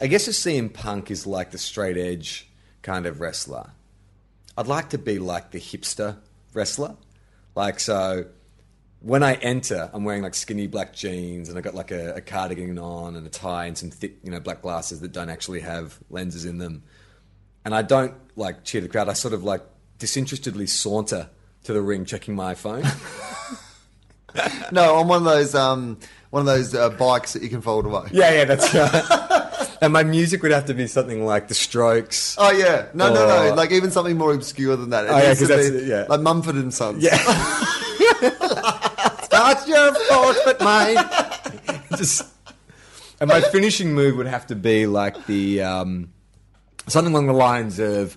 B: I guess just CM Punk is like the straight edge kind of wrestler. I'd like to be like the hipster wrestler. Like, so when I enter, I'm wearing like skinny black jeans and I've got like a, a cardigan on and a tie and some thick, you know, black glasses that don't actually have lenses in them. And I don't like cheer the crowd. I sort of like disinterestedly saunter to the ring checking my phone.
A: No, on one of those um, one of those uh, bikes that you can fold away.
B: yeah, yeah, that's right. and my music would have to be something like The Strokes.
A: Oh yeah, no, no,
B: Or-
A: no. Like even something more obscure than that. It
B: Oh, yeah,
A: needs
B: 'cause
A: to
B: that's
A: be
B: it, yeah.
A: like Mumford and Sons.
B: Yeah.
A: Start your thoughts, but mine.
B: just and my finishing move would have to be like the um, something along the lines of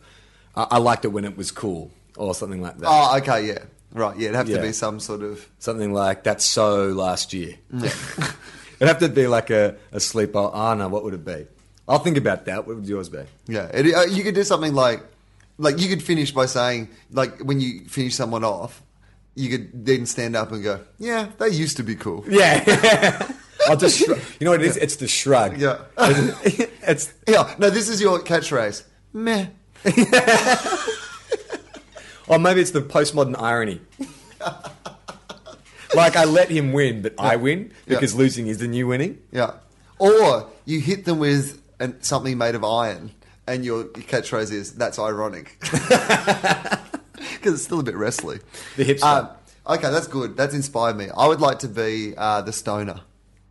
B: I-, I liked it when it was cool or something like that
A: Oh, okay, yeah, right. Yeah, it'd have
B: Yeah.
A: to be some sort of.
B: something like that's so last year
A: Mm.
B: it'd have to be like a, a sleeper oh no what would it be I'll think about that what would yours be
A: Yeah, it, uh, you could do something like, like you could finish by saying, like when you finish someone off, you could then stand up and go, yeah, they used to be cool.
B: Yeah. I'll just, shrug. you know what it is? It's the shrug.
A: Yeah.
B: it's
A: Yeah, no, this is your catchphrase. Meh.
B: Or Oh, maybe it's the postmodern irony. like I let him win, but I win
A: Yeah.
B: because losing is the new winning.
A: Yeah. Or you hit them with an, something made of iron, and your catchphrase is, that's ironic. Because it's still a bit wrestly.
B: The hipster.
A: Um, okay, that's good. That's inspired me. I would like to be uh, the stoner.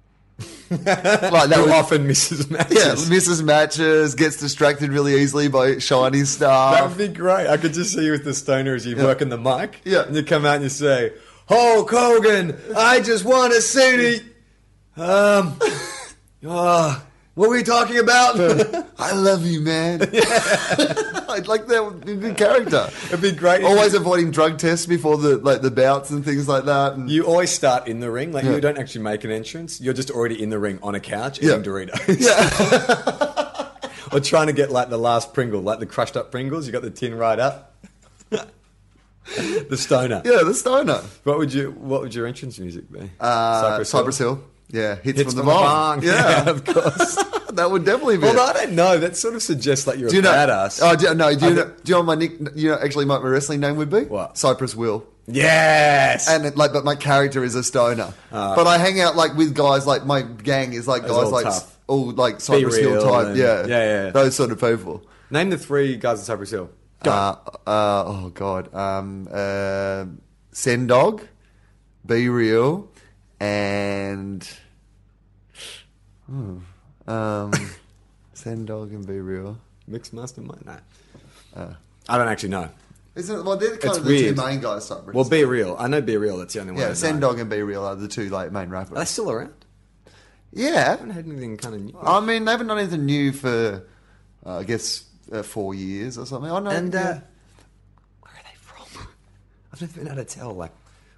A: like that
B: Who
A: would,
B: often misses matches.
A: Yeah, misses matches, gets distracted really easily by shiny
B: that
A: stuff.
B: would be great. I could just see you with the stoner as you work in the mic.
A: Yeah.
B: And you come out and you say, Hulk Hogan, I just want to see the. Um. uh, what were we talking about? It'd
A: I love you, man. I'd like that would be a good character.
B: be great. if
A: Always avoiding drug tests before the like the bouts and things like that. And
B: You always start in the ring. Like
A: Yeah.
B: you don't actually make an entrance. You're just already in the ring on a couch
A: Yeah.
B: eating Doritos. or trying to get like the last Pringle, like the crushed up Pringles. You got the tin right up. the stoner.
A: yeah, the stoner.
B: What would you? What would your entrance music be?
A: Uh, Cypress, Hill. Yeah, hits,
B: Hits
A: from, the barn.
B: Yeah,
A: Yeah,
B: of course.
A: that would definitely be. it.
B: Although I don't know. That sort of suggests like you're
A: do you
B: a
A: know?
B: badass.
A: Oh, do, no. Do you
B: I
A: know?
B: think-
A: Do you know what my nick? You know, actually, my, my wrestling name would be
B: What?
A: Cypress Will.
B: yes.
A: and it, like, but my character is a stoner. but I hang out like with guys like my gang is like guys
B: Uh, all
A: like
B: tough.
A: s- all like Cypress
B: real
A: Hill type,
B: and- Yeah,
A: yeah.
B: yeah, yeah.
A: those sort of people.
B: Name the three guys in Cypress Hill.
A: Uh, uh, oh god, um, uh, Sendog, Be Real, and hmm, um, Sendog and Be Real.
B: Mixed mastermind. No.
A: Uh,
B: I don't actually know.
A: Isn't it, well, they're kind
B: It's
A: of
B: weird.
A: the two main guys. Cypress.
B: Well, be real. I know be real. That's the only one. I
A: yeah,
B: know.
A: Sendog and Be Real are the two like main rappers.
B: Are they still around?
A: yeah,
B: I haven't had anything kind of new.
A: I mean, they haven't done anything new for, uh, I guess, uh, four years or something. I know.
B: and uh,
A: yeah.
B: where are they from? I've never been able to tell. Like,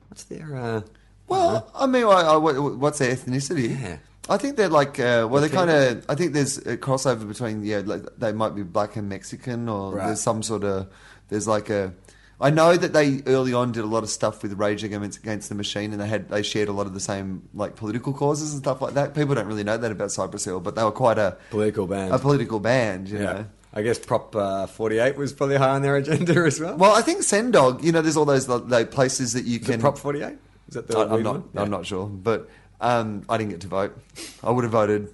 B: what's their? Uh,
A: well, I mean, I, I- what- what's their ethnicity?
B: Yeah.
A: I think they're like, uh, well, they kind of. I think there's a crossover between, yeah, like they might be black and Mexican, or
B: Right.
A: there's some sort of, there's like a. I know that they early on did a lot of stuff with Rage Against Against the Machine, and they had they shared a lot of the same like political causes and stuff like that. People don't really know that about Cypress Hill, but they were quite a
B: Political band.
A: a political band, you
B: yeah.
A: know.
B: I guess Prop uh, Forty Eight was probably high on their agenda as well.
A: Well, I think Sendog, you know, there's all those like, like, places that you
B: Is
A: can.
B: it Prop Forty Eight? Is that the?
A: I, am
B: weed
A: not.
B: one? Yeah.
A: I'm not sure, but um, I didn't get to vote. I would have voted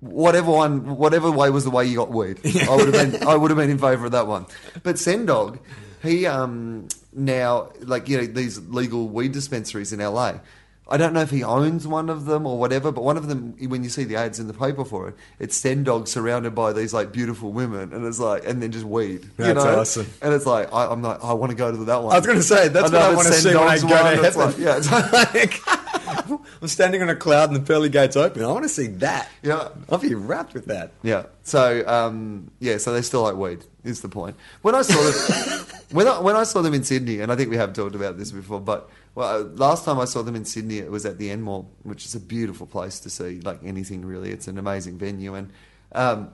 A: whatever one, whatever way was the way you got weed. I would have been. I would have been in favour of that one. But Sendog, he um, now like you know these legal weed dispensaries in LA. I don't know if he owns one of them or whatever, but one of them, when you see the ads in the paper for it, it's Sendog surrounded by these like beautiful women, and it's like, and then just weed. you
B: That's
A: know?
B: awesome.
A: And it's like, I, I'm like, I want to go to that one.
B: I was going to say that's
A: know
B: what I
A: if
B: want to
A: it's
B: see when I
A: Sendog's
B: go
A: one,
B: to
A: it's
B: heaven.
A: like- yeah, it's
B: Like, I'm standing on a cloud and the pearly gates open. I want to see that.
A: Yeah.
B: I'll be wrapped with that.
A: Yeah. So um, yeah, so they still like weed. Is the point? When I saw them, when I, when I saw them in Sydney, and I think we have talked about this before, but well, uh, last time I saw them in Sydney, it was at the Enmore, which is a beautiful place to see like anything really. It's an amazing venue, and um,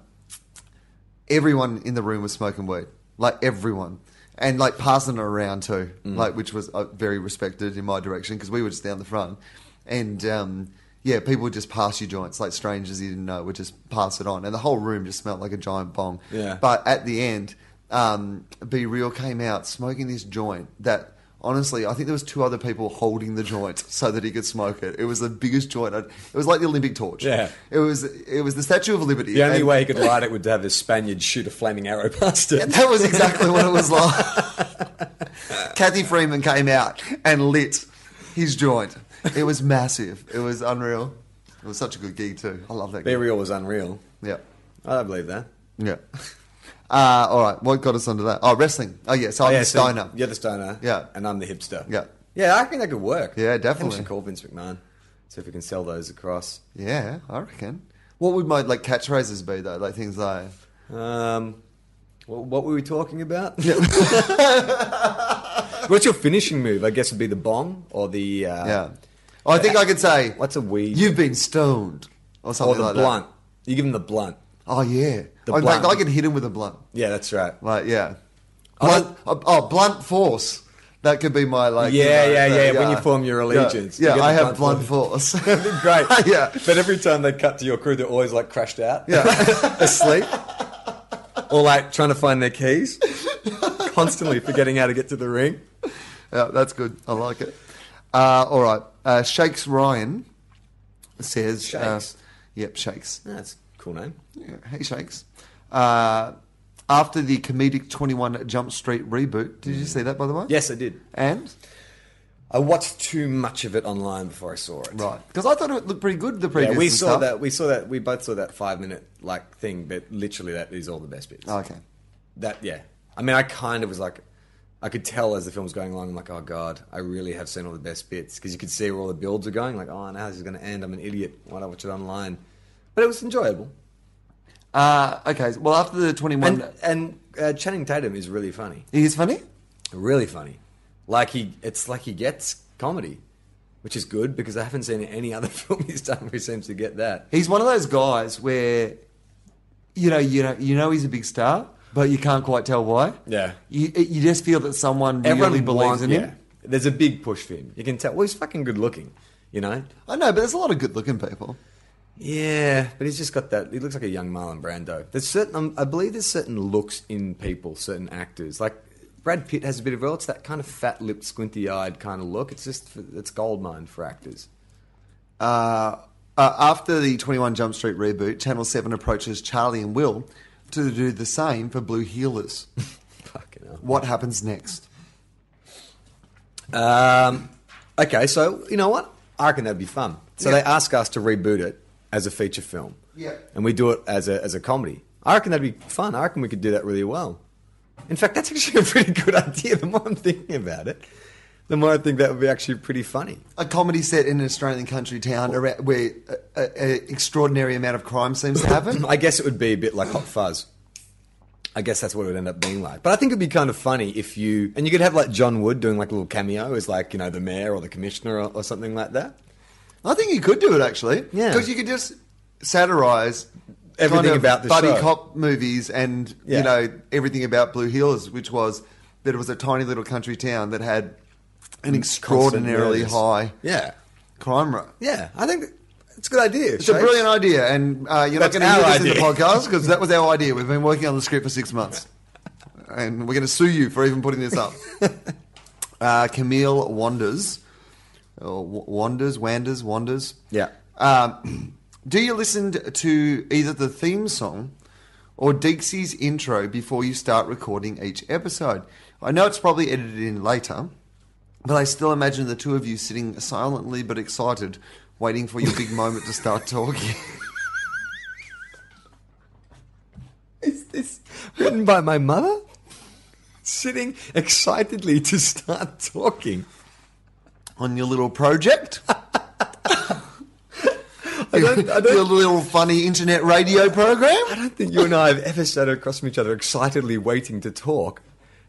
A: everyone in the room was smoking weed, like everyone. And like passing it around too,
B: Mm.
A: like which was uh, very respected in my direction because we were just down the front, and um, yeah, people would just pass you joints like strangers you didn't know would just pass it on, and the whole room just smelled like a giant bong.
B: Yeah.
A: But at the end, um, Be Real came out smoking this joint that honestly, I think there was two other people holding the joint so that he could smoke it. It was the biggest joint. I'd- It was like the Olympic torch.
B: Yeah.
A: It was it was the Statue of Liberty.
B: The only
A: and-
B: way he could light it would have his Spaniard shoot a flaming arrow past it.
A: yeah, that was exactly what it was like. Kathy Freeman came out and lit his joint. It was massive. It was unreal. It was such a good gig too. I love that.
B: Be
A: Gig.
B: real was unreal.
A: Yeah,
B: I don't believe that.
A: yeah. Uh, all right. What got us onto that? Oh, wrestling. Oh yeah. So I'm
B: yeah,
A: a
B: so
A: stoner.
B: you're the stoner.
A: Yeah.
B: And I'm the hipster.
A: Yeah.
B: Yeah, I think that could work.
A: Yeah,
B: I think we
A: definitely.
B: should call Vince McMahon. See if we can sell those across.
A: Yeah, I reckon. What would my like catchphrases be though? Like things like
B: Um, well, what were we talking about? What's your finishing move? I guess would be the bomb or the. Uh,
A: yeah. Oh, I think I could say
B: What's a weed?
A: You've been stoned or
B: or
A: something
B: Oh, the
A: like
B: blunt.
A: that.
B: You give him the blunt.
A: Oh yeah.
B: The
A: In fact,
B: blunt.
A: I could hit him with a blunt.
B: Yeah, that's right.
A: Like, yeah.
B: I
A: Blunt, oh, oh, blunt force. That could be my like.
B: Yeah,
A: you know,
B: yeah,
A: the-
B: yeah, when you form your
A: Yeah,
B: allegiance, you
A: Yeah,
B: get
A: I
B: the
A: have
B: blunt
A: blunt force.
B: Great.
A: Yeah.
B: But every time they cut to your crew, they're always like crashed out.
A: yeah,
B: asleep or like trying to find their keys, constantly forgetting how to get to the ring.
A: yeah, that's good. I like it. Uh, all right, uh, Shakes Ryan says.
B: Shakes?
A: Uh, yep, Shakes.
B: That's a cool name.
A: Yeah, hey, Shakes. Uh, after the comedic Twenty One Jump Street reboot, did you see that by the way?
B: Yes, I did.
A: And
B: I watched too much of it online before I saw it.
A: right, because I thought it looked pretty good. The previous
B: Yeah, we
A: and
B: saw
A: stuff.
B: that. We saw that. We both saw that five minute like thing, but literally that is all the best bits.
A: Okay.
B: That yeah. I mean, I kind of was like, I could tell as the film was going along. I'm like, oh god, I really have seen all the best bits because you could see where all the builds are going. Like, oh, I know how this is going to end. I'm an idiot. Why don't I watch it online? But it was enjoyable.
A: Uh, okay. Well, after the Twenty
B: And
A: One,
B: and uh, Channing Tatum is really funny.
A: he's funny.
B: really funny. Like he, it's like he gets comedy, which is good because I haven't seen any other film he's done where he seems to get that.
A: He's one of those guys where, you know, you know, you know, he's a big star, but you can't quite tell why.
B: Yeah.
A: you, you just feel that someone really believes
B: wants-
A: in
B: yeah.
A: him.
B: There's a big push for him. You can tell. Well, he's fucking good looking, you know.
A: I know, but there's a lot of good-looking people.
B: Yeah, but he's just got that. He looks like a young Marlon Brando. There's certain, um, I believe, there's certain looks in people, certain actors. Like Brad Pitt has a bit of well, it's that kind of fat-lipped, squinty-eyed kind of look. It's just, it's gold mine for actors.
A: Uh, uh, after the Twenty One Jump Street reboot, Channel Seven approaches Charlie and Will to do the same for Blue Heelers.
B: Fucking hell.
A: what happens next?
B: Um, okay, so you know what? I reckon that'd be fun. So
A: Yeah.
B: they ask us to reboot it as a feature film.
A: Yeah.
B: And we do it as a, as a comedy. I reckon that'd be fun. I reckon we could do that really well. In fact, that's actually a pretty good idea. The more I'm thinking about it, the more I think that would be actually pretty funny.
A: A comedy set in an Australian country town around, where an extraordinary amount of crime seems to happen.
B: I guess it would be a bit like Hot Fuzz. I guess that's what it would end up being like. But I think it'd be kind of funny if you and you could have like John Wood doing like a little cameo as like you know the mayor or the commissioner or, or something like that.
A: I think you could do it actually.
B: Yeah.
A: because you could just satirize
B: Everything about the
A: buddy
B: show.
A: cop movies and
B: Yeah.
A: you know everything about Blue Heelers, which was that it was a tiny little country town that had an extraordinarily
B: Constant
A: high
B: murders. Yeah.
A: crime rate.
B: Yeah, I think it's a good idea.
A: It's a brilliant idea, and uh, you're
B: That's
A: not going to
B: our
A: hear this in
B: idea.
A: the podcast because that was our idea. We've been working on the script for six months, and we're going to sue you for even putting this up. Uh, Camille wanders, or w- wanders, wanders, wanders.
B: Yeah.
A: Um, do you listen to either the theme song or Dixie's intro before you start recording each episode? I know it's probably edited in later, but I still imagine the two of you sitting silently but excited, waiting for your big moment to start talking.
B: Is this written by my mother? Sitting excitedly to start talking.
A: on your little project.
B: don't- I don't-
A: your little funny internet radio
B: I
A: program.
B: don't think you and I have ever sat across from each other excitedly waiting to talk.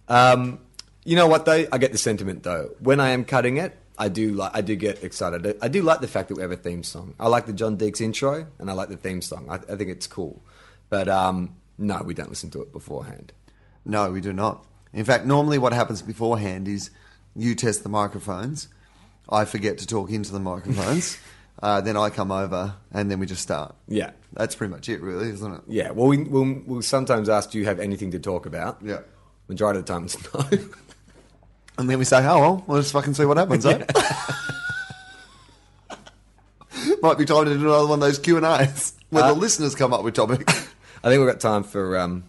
B: Um, you know what though? I get the sentiment though. When I am cutting it, I do like I do get excited. I- I do like the fact that we have a theme song. I like the John Deeks intro, and I like the theme song. I, I think it's cool. But um, no, we don't listen to it beforehand.
A: No, we do not. In fact, normally what happens beforehand is you test the microphones. I forget to talk into the microphones. uh, then I come over, and then we just start.
B: Yeah.
A: That's pretty much it, really, isn't it?
B: Yeah, well, we, we'll, we'll sometimes ask, do you have anything to talk about?
A: Yeah.
B: Majority of the time, it's no.
A: And then we say, "Oh well, we'll just fucking see what happens." Eh? Might be time to do another one of those Q and A's where
B: Uh,
A: the listeners come up with topics.
B: I think we've got time for um,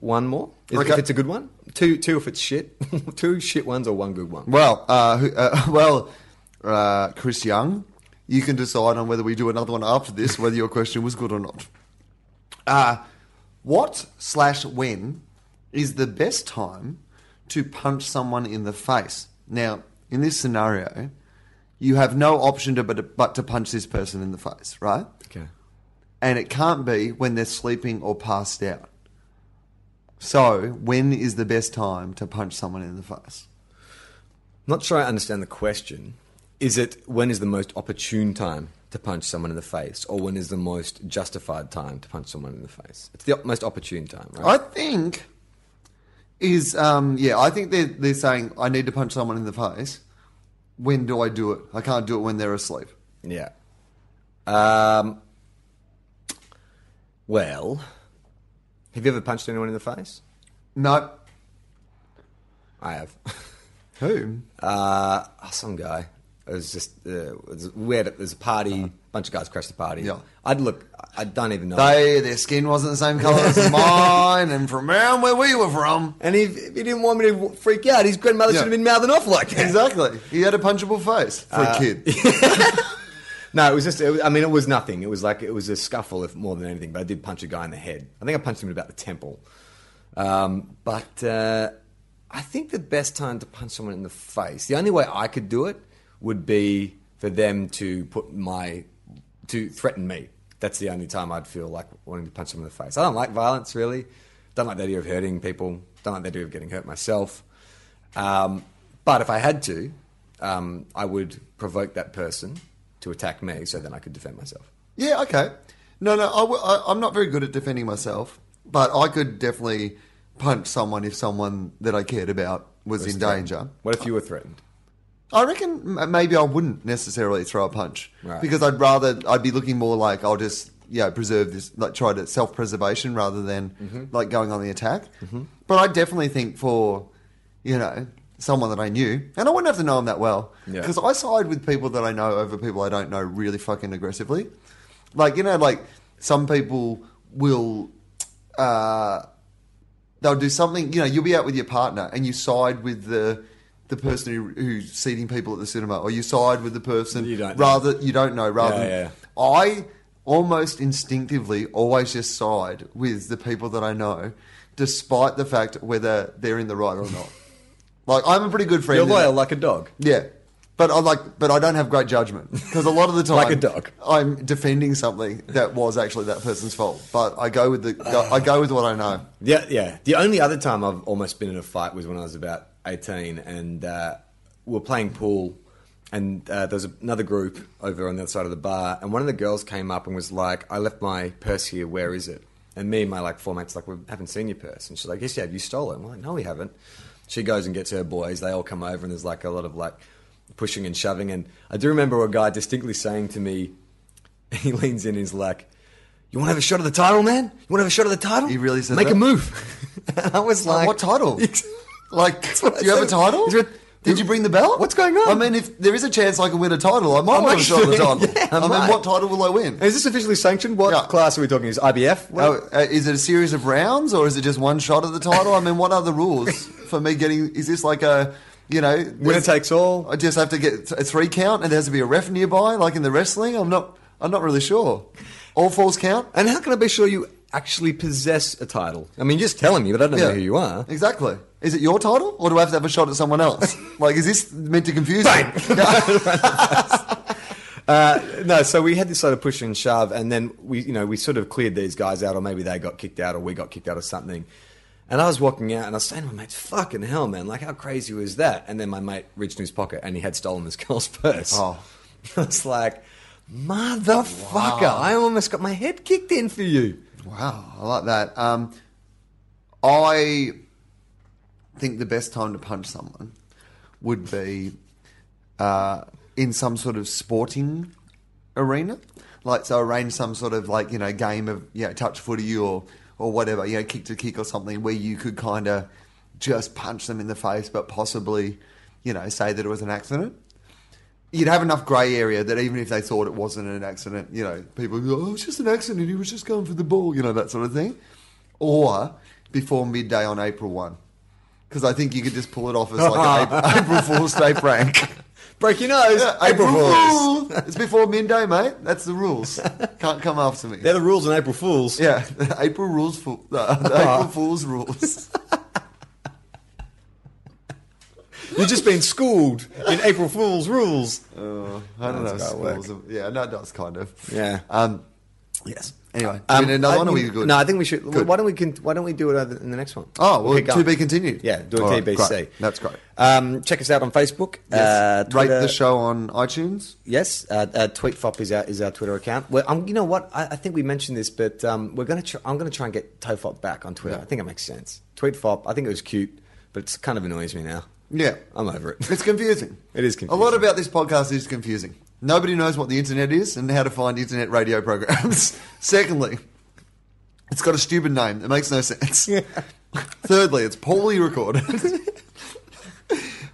B: one more. If,
A: Okay.
B: if it's a good one. Two, two if it's shit. two shit ones or one good one.
A: Well, uh, who- uh, well, uh, Chris Young, you can decide on whether we do another one after this, whether your question was good or not. Uh, what slash when is the best time to punch someone in the face? Now, in this scenario, you have no option to but, but to punch this person in the face, right?
B: Okay.
A: And it can't be when they're sleeping or passed out. So, when is the best time to punch someone in the face?
B: Not sure I understand the question. Is it when is the most opportune time to punch someone in the face or when is the most justified time to punch someone in the face? It's the op- most opportune time, right?
A: I think is um, yeah, I think they're they're saying I need to punch someone in the face. When do I do it? I can't do it when they're asleep.
B: Yeah. Um, well, have you ever punched anyone in the face?
A: No.
B: I have.
A: Who?
B: Uh, some guy. It was just uh, it was weird. It was a party. A bunch of guys crashed the party.
A: Yeah.
B: I'd look. I don't even know.
A: They their skin wasn't the same colour as mine, and from around where we were from.
B: and if, if he didn't want me to w- freak out, his grandmother
A: Yeah.
B: should have been mouthing off like that.
A: Exactly. Uh, He had a punchable face for a kid.
B: No, it was just. It was, I mean, it was nothing. It was like it was a scuffle, if more than anything. But I did punch a guy in the head. I think I punched him in about the temple. Um, but uh, I think the best time to punch someone in the face, the only way I could do it, would be for them to put my to threaten me. That's the only time I'd feel like wanting to punch someone in the face. I don't like violence, really. Don't like the idea of hurting people. Don't like the idea of getting hurt myself. Um, but if I had to, um, I would provoke that person to attack me so then I could defend myself.
A: Yeah, okay. No, no, I, w- I, am not very good at defending myself, but I could definitely punch someone if someone that I cared about was, in
B: threatened.
A: danger.
B: What if you were threatened?
A: I reckon m- maybe I wouldn't necessarily throw a punch
B: Right.
A: because I'd rather I'd be looking more like I'll just you know preserve this like try to self preservation rather than
B: Mm-hmm.
A: like going on the attack. But I definitely think for you know someone that I knew and I wouldn't have to know them that well
B: Yeah.
A: because I side with people that I know over people I don't know really fucking aggressively. Like you know like some people will. Uh, they'll do something. You know, you'll be out with your partner and you side with the the person who, who's seating people at the cinema, or you side with the person
B: You don't know.
A: rather you don't know. Rather,
B: Yeah,
A: than- I almost instinctively always just side with the people that I know, despite the fact whether they're in the right or not. like I'm a pretty good friend.
B: You're
A: in that.
B: loyal like a dog.
A: Yeah. But I like, but I don't have great judgment because a lot of the time,
B: Like a dog.
A: I'm defending something that was actually that person's fault. But I go with the, go, I go with what I know.
B: Yeah, yeah. The only other time I've almost been in a fight was when I was about 18 and uh, we were playing pool and uh, there was another group over on the other side of the bar and one of the girls came up and was like, I left my purse here, where is it? And me and my like four mates like, we haven't seen your purse. And she's like, yes, you have, you stole it. And we're like, no, we haven't. She goes and gets her boys. They all come over and there's like a lot of like pushing and shoving. And I do remember a guy distinctly saying to me, he leans in, he's like, you want to have a shot of the title, man? You want to have a shot of the title?
A: He really said
B: Make
A: that?
B: a move. And I was like,
A: what title? Like,
B: That's
A: do
B: what I
A: you have a
B: said.
A: title?
B: Is there a-
A: Did you bring the bell?
B: What's going on?
A: I mean, if there is a chance I can win a title, I might
B: I'm
A: want to shot the title.
B: actually- yeah,
A: I mean,
B: I might.
A: what title will I win?
B: Is this officially sanctioned? What
A: Yeah.
B: class are we talking? Is it IBF? What-
A: Oh, uh, is it a series of rounds or is it just one shot at the title? I mean, what are the rules for me getting? Is this like a, you know,
B: Winner
A: there's-
B: takes all.
A: I just have to get a three count, and there has to be a ref nearby, like in the wrestling. I'm not, I'm not really sure. All falls count.
B: And how can I be sure you actually possess a title? I mean, you're just telling me, but I don't know who you are.
A: Exactly. Is it your title, or do I have to have a shot at someone else? like, is this meant to confuse?
B: Bang!
A: me?
B: no, so we had this sort of push and shove, and then we, you know, we sort of cleared these guys out, or maybe they got kicked out, or we got kicked out, or something. And I was walking out, and I was saying to my mates, "Fucking hell, man! Like, how crazy was that?" And then my mate reached in his pocket, and he had stolen this girl's purse.
A: Oh.
B: I was like, "Motherfucker! I almost got my head kicked in for you."
A: Wow, I like that. Um, I think the best time to punch someone would be uh, in some sort of sporting arena. Like, so arrange some sort of like, you know, game of, you know, touch footy or, or whatever, you know, kick to kick or something where you could kind of just punch them in the face, but possibly, you know, say that it was an accident. You'd have enough grey area that even if they thought it wasn't an accident, you know, people would go, oh, it's just an accident. He was just going for the ball, you know, that sort of thing. Or before midday on April 1. Because I think you could just pull it off as like an April, April Fool's Day prank.
B: Break your nose,
A: Yeah,
B: April Fools.
A: Fool. it's before midday, mate. That's the rules. Can't come after me.
B: They're the rules on April Fools.
A: yeah, April rules. Fool, uh,
B: Ah.
A: April Fool's rules.
B: You've just been schooled in April Fools rules.
A: I don't
B: That's
A: know.
B: gotta work.
A: Schools of, yeah, no, it does kind of.
B: Yeah.
A: Um, yes. Anyway, do we need another
B: I-
A: one or are we good?
B: No, I think we should.
A: Good.
B: Why don't we? Con- why don't we do it over- in the next one?
A: Oh, well,
B: Pick
A: to
B: up.
A: be continued.
B: Yeah, do a
A: All right,
B: TBC.
A: great. That's great.
B: Um, check us out on Facebook. Uh,
A: Yes. Rate
B: Twitter-
A: the show on iTunes.
B: Yes, uh, uh, TweetFop is our is our Twitter account. Well, um, you know what? I, I think we mentioned this, but um, we're gonna. Tr- I'm gonna try and get ToeFop back on Twitter.
A: Yeah.
B: I think it makes sense. TweetFop. I think it was cute, but it's kind of annoys me now.
A: Yeah.
B: I'm over it.
A: It's confusing.
B: It is
A: A lot
B: confusing.
A: about this podcast is confusing. Nobody knows what the internet is and how to find internet radio programs. Secondly, it's got a stupid name. It makes no sense. Thirdly, it's poorly recorded.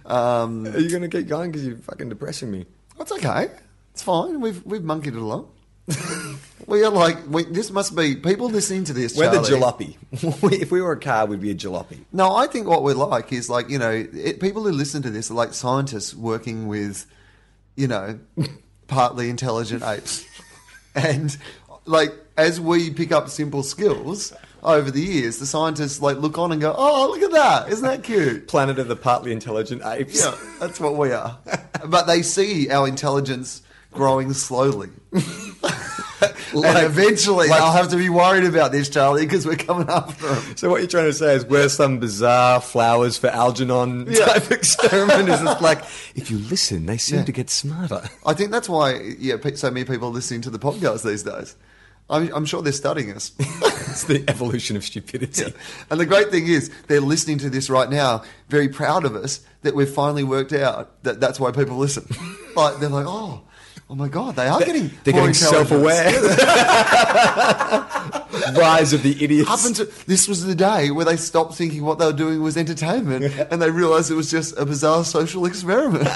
B: Are you gonna keep going? Because you're fucking depressing me.
A: That's okay. It's fine. We've we've monkeyed it along. we are like we, this must be people listening to this.
B: We're
A: Charlie.
B: the jalopy. if we were a car, we'd be a jalopy.
A: No, I think what we're like is like you know it, people who listen to this are like scientists working with, you know, partly intelligent apes, and like as we pick up simple skills over the years, the scientists like look on and go, "Oh, look at that! Isn't that cute?"
B: Planet of the partly intelligent apes.
A: Yeah, that's what we are. But they see our intelligence growing slowly. and eventually,
B: like-
A: I'll have to be worried about this, Charlie, because we're coming after them.
B: So what you're trying to say is we're some bizarre flowers for Algernon
A: Yeah.
B: type experiment. Is it's like if you listen, they seem
A: Yeah.
B: to get smarter.
A: I think that's why yeah, pe- so many people are listening to the podcast these days. I'm, I'm sure they're studying us.
B: it's the evolution of stupidity.
A: Yeah. And the great thing is, they're listening to this right now, very proud of us that we've finally worked out that that's why people listen. like they're like, oh, oh my god, they are getting
B: They're
A: more
B: getting self-aware.
A: intelligent."
B: Rise of the idiots.
A: Up until this was the day where they stopped thinking what they were doing was entertainment, and they realised it was just a bizarre social experiment.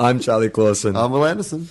B: I'm Charlie Clausen.
A: I'm Will Anderson.